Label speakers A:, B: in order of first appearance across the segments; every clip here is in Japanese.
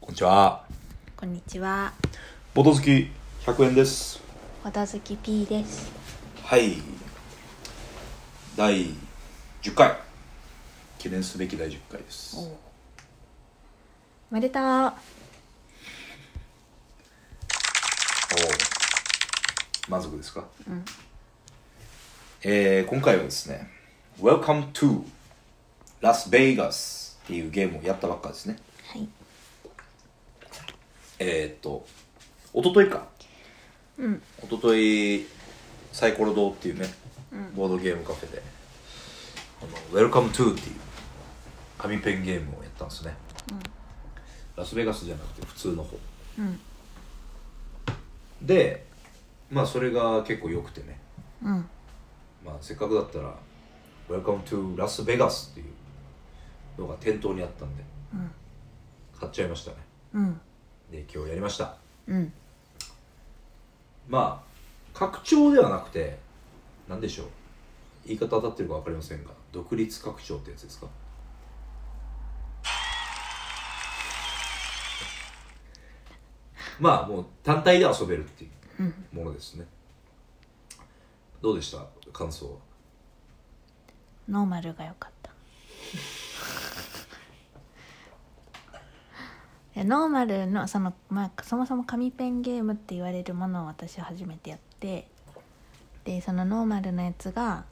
A: こんにちは。
B: こんにちは。
A: ボト好き100円です。
B: ほどずき P です。
A: はい。第10回。記念すべき第10回です。
B: おめでとう。あ
A: お満足ですか、えー今回はですね「Welcome to Las Vegas」っていうゲームをやったばっかですね
B: はい
A: えーっと一昨日かうん一昨日サイコロ堂っていうね、ボードゲームカフェで「あの Welcome to」っていう紙ペンゲームをやったんですね、ラスベガスじゃなくて普通の方でまあそれが結構良くてね、まあ、せっかくだったら「Welcome to Las Vegas」っていうのが店頭にあったんで、買っちゃいましたね、で今日やりました、まあ拡張ではなくて何でしょう言い方当たってるか分かりませんが独立拡張ってやつですかまあもう単体で遊べるっていうものですね、どうでした感想は
B: ノーマルが良かった。 でノーマルのそのまあそもそも紙ペンゲームって言われるものを私は初めてやって、でそのノーマルのやつが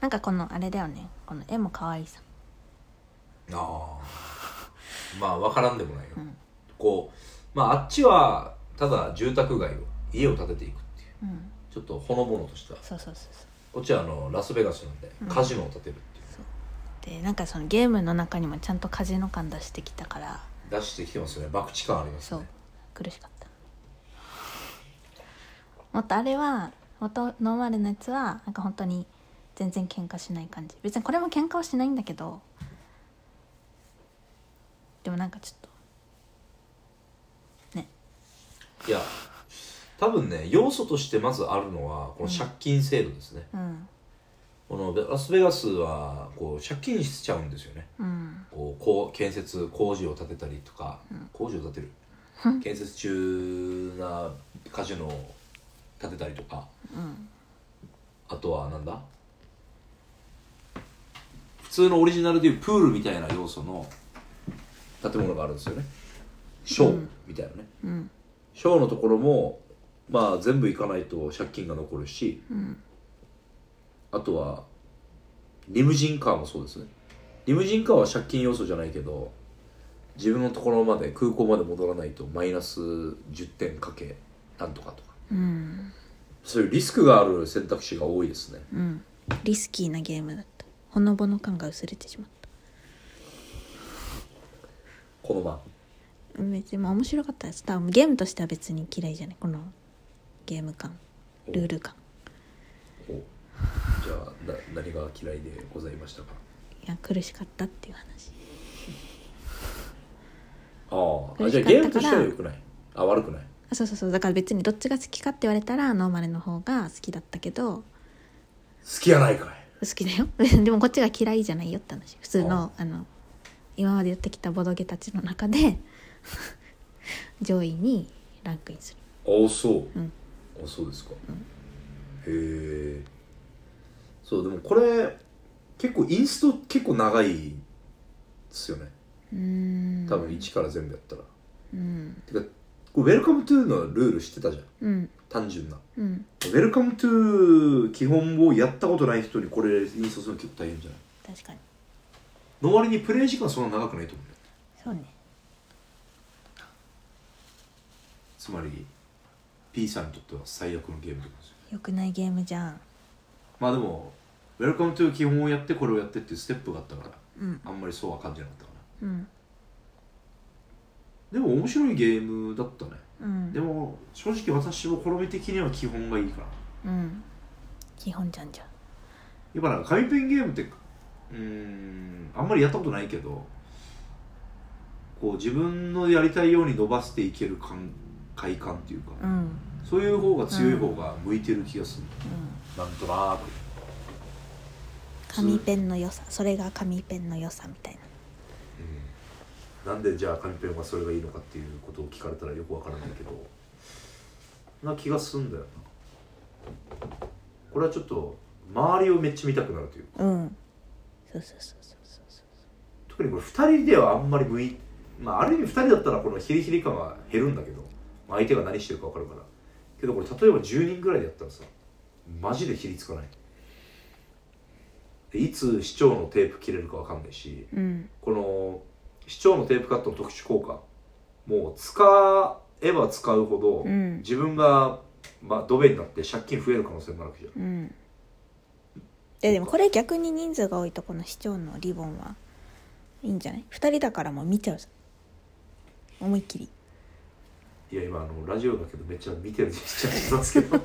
B: なんかこのあれだよね。この絵も可愛いさ。
A: ああまあ分からんでもないよ、こうまああっちはただ住宅街を家を建てていくっていう、ちょっとほのぼのとした
B: そうそうそうそ
A: こっちはあのラスベガスなんでカジノを建てるっていう、
B: う。でなんかそのゲームの中にもちゃんとカジノ感出してきたから、
A: 出してきてますよね博打感あります
B: そ
A: ね
B: う苦しかったもっとあれは元ノーマルのやつはなんか本当に全然喧嘩しない感じ別にこれも喧嘩はしないんだけどでもなんかちょっとね
A: いや多分ね要素としてまずあるのはこの借金制度ですね、
B: うん
A: このラスベガスはこう借金しちゃうんですよね
B: うん
A: こうこう建設工事を建てたりとか、工事を建てる建設中なカジノを建てたりとか、あとはなんだ普通のオリジナルでいうプールみたいな要素の建物があるんですよねショーみたいなね、
B: ん
A: ショーのところもまあ全部いかないと借金が残るし、あとはリムジンカーもそうですねリムジンカーは借金要素じゃないけど自分のところまで空港まで戻らないとマイナス10点かけなんとかとか、そういうリスクがある選択肢が多いですね、
B: リスキーなゲームだったほのぼの感が薄れてしまっ
A: このま
B: たうん別にまあ面白かったです多分ゲームとしては別に嫌いじゃないこのゲーム感ルール感
A: おじゃあな何が嫌いでございましたか
B: いや苦しかったっていう話
A: あああ
B: 嬉
A: じゃあ
B: しかっ
A: ゲームと
B: たから
A: しては良くないあ悪くない
B: あそうそうそうだから別にどっちが好きかって言われたらノーマルの方が好きだったけど
A: 好きやないかい
B: 好きだよ でもこっちが嫌いじゃないよって話普通のあの今までやってきたボドゲたちの中で 上位にランクインする
A: ああそう、
B: うん
A: あそうですか、へえそうでもこれ結構インスト結構長いですよね
B: うーん
A: 多分1から全部やったら、
B: うん
A: てかこれウェルカムトゥーのルール知ってたじゃん
B: うん
A: 単純な
B: うん
A: ウェルカムトゥー基本をやったことない人にこれインストするの結構大変じゃない
B: 確かに
A: の割にプレイ時間そんな長くないと思うよ
B: そうね
A: つまり P さんにとっては最悪のゲームってことですよ
B: よくないゲームじゃん
A: まあでも「ウェルカムトゥー基本をやってこれをやってっていうステップがあったから、
B: うん
A: あんまりそうは感じなかったかな
B: うん
A: でも面白いゲームだったね、
B: うん
A: でも正直私も好み的には基本がいいかな
B: うん基本じゃんじゃん
A: やっぱなんか紙ペンゲームってうーんあんまりやったことないけどこう自分のやりたいように伸ばしていける感快感っていうか、
B: うん
A: そういう方が強い方が向いてる気がする、なんとなく
B: 紙ペンの良さそれが紙ペンの良さみたいな
A: なんでじゃあ紙ペンはそれがいいのかっていうことを聞かれたらよくわからないけどな気がすんだよなこれはちょっと周りをめっちゃ見たくなるという
B: うんそうそうそうそうそうそう
A: 特にこれ2人ではあんまり向いまあある意味2人だったらこのヒリヒリ感は減るんだけど、まあ、相手が何してるか分かるからけどこれ例えば10人ぐらいでやったらさマジでひりつかないでいつ市長のテープ切れるか分かんないし
B: うん
A: この市長のテープカットの特殊効果もう使えば使うほど、
B: うん
A: 自分が、まあ、ドベになって借金増える可能性もあるわけじゃん
B: うんいやでもこれ逆に人数が多いとこの市長のリボンはいいんじゃない2人だからもう見ちゃうじゃん思いっきり
A: いや今あのラジオだけどめっちゃ見てるじゃんですけど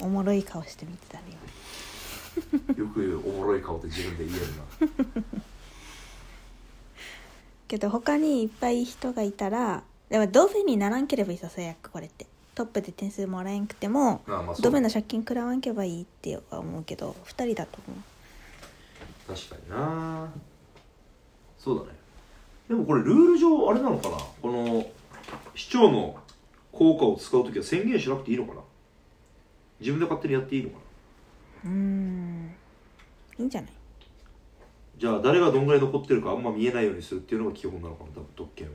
B: おもろい顔して見てたね
A: よくおもろい顔って自分で言えるな
B: けど他にいっぱい人がいたらでもドフェにならんければいいさ最悪これってトップで点数もらえんくても
A: ああまあそう
B: ドブの借金食らわんけばいいっては思うけど2人だと思
A: 確かになそうだねでもこれルール上あれなのかなこの市長の効果を使う時は宣言しなくていいのかな自分で勝手にやっていいのかな
B: ううーんいいんじゃない
A: じゃあ誰がどんぐらい残ってるかあんま見えないようにするっていうのが基本なのかな多分特権は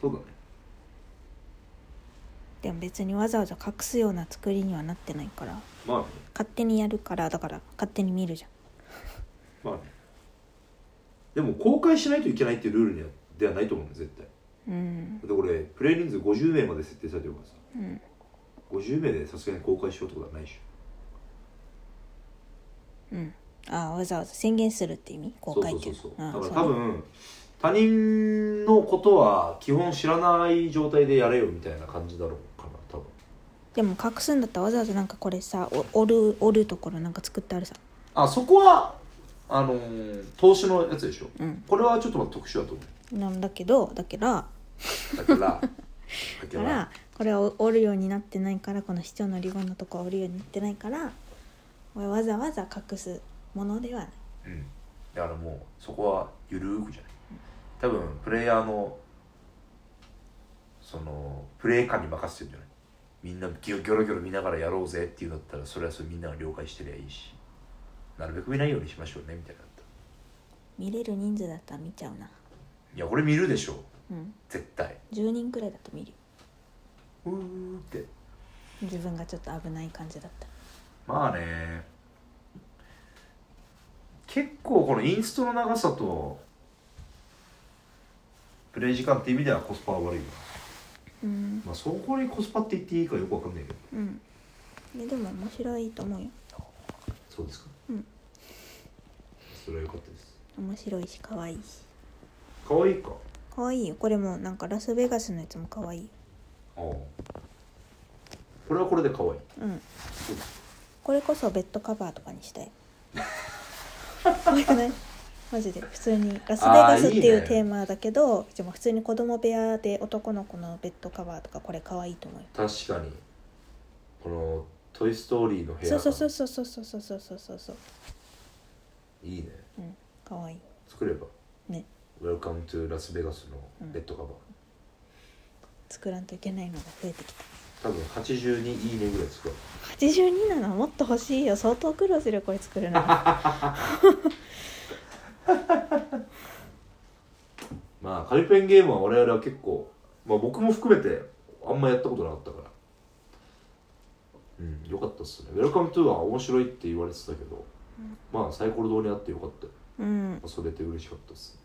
A: そうだね
B: でも別にわざわざ隠すような作りにはなってないから
A: まあね
B: 勝手にやるからだから勝手に見るじゃん
A: まあねでも公開しないといけないっていうルールにはではないと思うんだよ絶対
B: う
A: だ
B: ん
A: ってこれプレイ人数50名まで設定されてるからさ
B: うん
A: 50名でさすがに公開しようってことはないでしょ
B: うんああわざわざ宣言するって意味公開ってい
A: そうう
B: の
A: そうそう
B: ああ
A: そうだ
B: そう
A: から多分他人のことは基本知らない状態でやれよみたいな感じだろうかな多分
B: でも隠すんだったらわざわざなんかこれさお折る折るところなんか作ってあるさ
A: あそこはあのー投資のやつでしょ
B: うん
A: これはちょっとまた特殊だと思
B: なんだけどだから
A: う だからだか
B: だからこれを折るようになってないからこの市長のリボンのとこは折るようになってないからこれわざわざ隠すものではない
A: うんだからもうそこはゆるーくじゃない多分プレイヤーのそのプレイ感に任せてるんじゃないみんなギョギョロギョロ見ながらやろうぜっていうんだったらそれはそれみんなが了解してりゃいいしなるべく見ないようにしましょうねみたいなのだったら
B: 見れる人数だったら見ちゃうない
A: やこれ見るでしょ
B: うん
A: 絶対
B: 10人くらいだと見るよ
A: うーって
B: 自分がちょっと危ない感じだったら
A: まあね結構このインストの長さとプレイ時間って意味ではコスパは悪いよ
B: うん
A: まあそこにコスパって言っていいかよくわかんないけど
B: うんえでも面白いと思うよ
A: そうですか
B: うん
A: それは良かったです
B: 面白いし可愛いし
A: 可愛いか
B: 可愛いよこれもなんかラスベガスのやつも可愛いよ
A: ああこれはこれで可愛い
B: うん
A: そう
B: これこそベッドカバーとかに したい可愛くないマジで普通にラスベガスってい
A: あーいいうね
B: テーマだけどでも普通に子供部屋で男の子のベッドカバーとかこれ可愛いと思うよ
A: 確かにこの「トイ・ストーリー」の部屋
B: そうそうそううそうそうそうそうそうそうそう
A: いいね
B: うん可愛い
A: 作れば
B: ね
A: 「Welcome to ラスベガス」のベッドカバー、
B: 作らんといけないのが増えてきた
A: 多分82いいねぐらい作る
B: 82なのもっと欲しいよ相当苦労するよこれ作 るのあ
A: まあ紙ペンゲームは我々は結構、まあ、僕も含めてあんまやったことなかったからうんよかったっすね「ウェルカムトゥー」は面白いって言われてたけど、まあサイコロ堂にあってよかったよ
B: うん
A: まあそれで嬉しかったっすね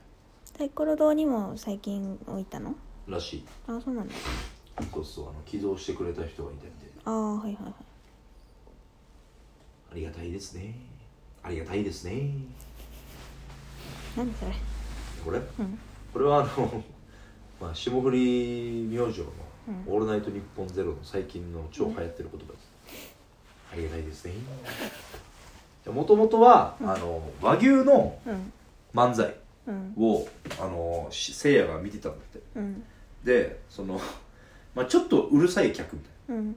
B: サイコロ堂にも最近置いたの
A: らしい
B: あそうなんだ
A: そうそうあの寄贈してくれた人がいたみたいで
B: ああはいはいはい
A: ありがたいですねありがたいですね
B: 何それ
A: これ
B: うん
A: これはあの、 まあ、霜降り明星の
B: うん
A: 「オールナイトニッポンゼロの最近の超流行ってる言葉です、ありがたいですね もともとは、あの和牛の
B: うん
A: 漫才
B: うん
A: をあのしせいやが見てたんだって
B: うん
A: でその、 まあ、ちょっとうるさい客みたい
B: うん
A: な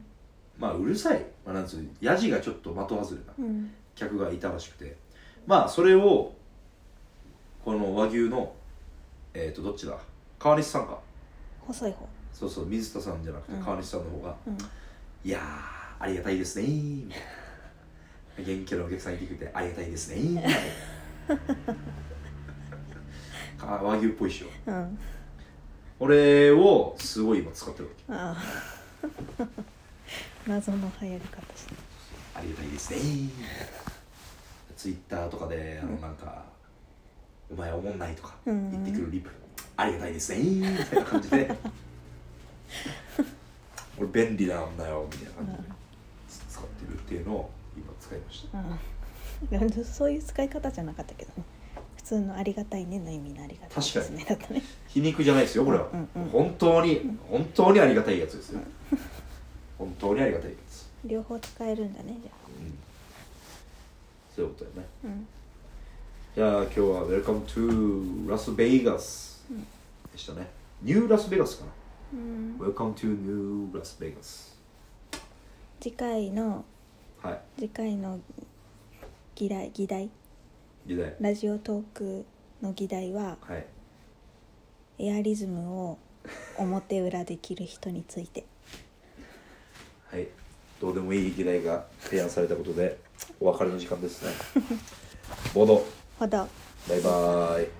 A: まあうるさい、まあ、なんつうやじがちょっと的外れな
B: うん
A: 客がいたらしくてまあそれをこの和牛のえっ、とどっちだ川西さんか
B: 細い方
A: そうそう水田さんじゃなく
B: う
A: て
B: ん
A: 川西さんの方が、
B: うん
A: いやーありがたいですねーみたいな元気なお客さんいてくれてありがたいですねーみたい なか和牛っぽいっしょ
B: うん
A: 俺をすごい今使ってるわけ
B: ああ 謎の流行り方して
A: ありがたいですねツイッターとかであのなんか、お前おもんないとか
B: うん
A: 言ってくるリプ、ありがたいですねみたいな感じ で俺便利なんだよみたいな感じで使ってるっていうのを今使いました
B: うん でもそういう使い方じゃなかったけどね普通の「ありがたいね」の意味の「ありがたいですね」だったね
A: 皮肉じゃないですよこれは、
B: うんうんうん
A: 本当に本当にありがたいやつですよ、本当にありがたいやつ、
B: 両方使えるんだねじゃ
A: うん、そういうことだよね
B: あうん
A: じゃあ今日は Welcome to ラスベガス
B: うん
A: でしたね。ニューラスベガスかな。
B: うん、
A: Welcome to New Las Vegas。
B: 次回の
A: はい。
B: 次回の議題議題
A: 議題。
B: ラジオトークの議題は
A: はい。
B: エアリズムを表裏できる人について
A: はい。どうでもいい議題が提案されたことでお別れの時間ですね。ボード、
B: ほど
A: バイバーイ。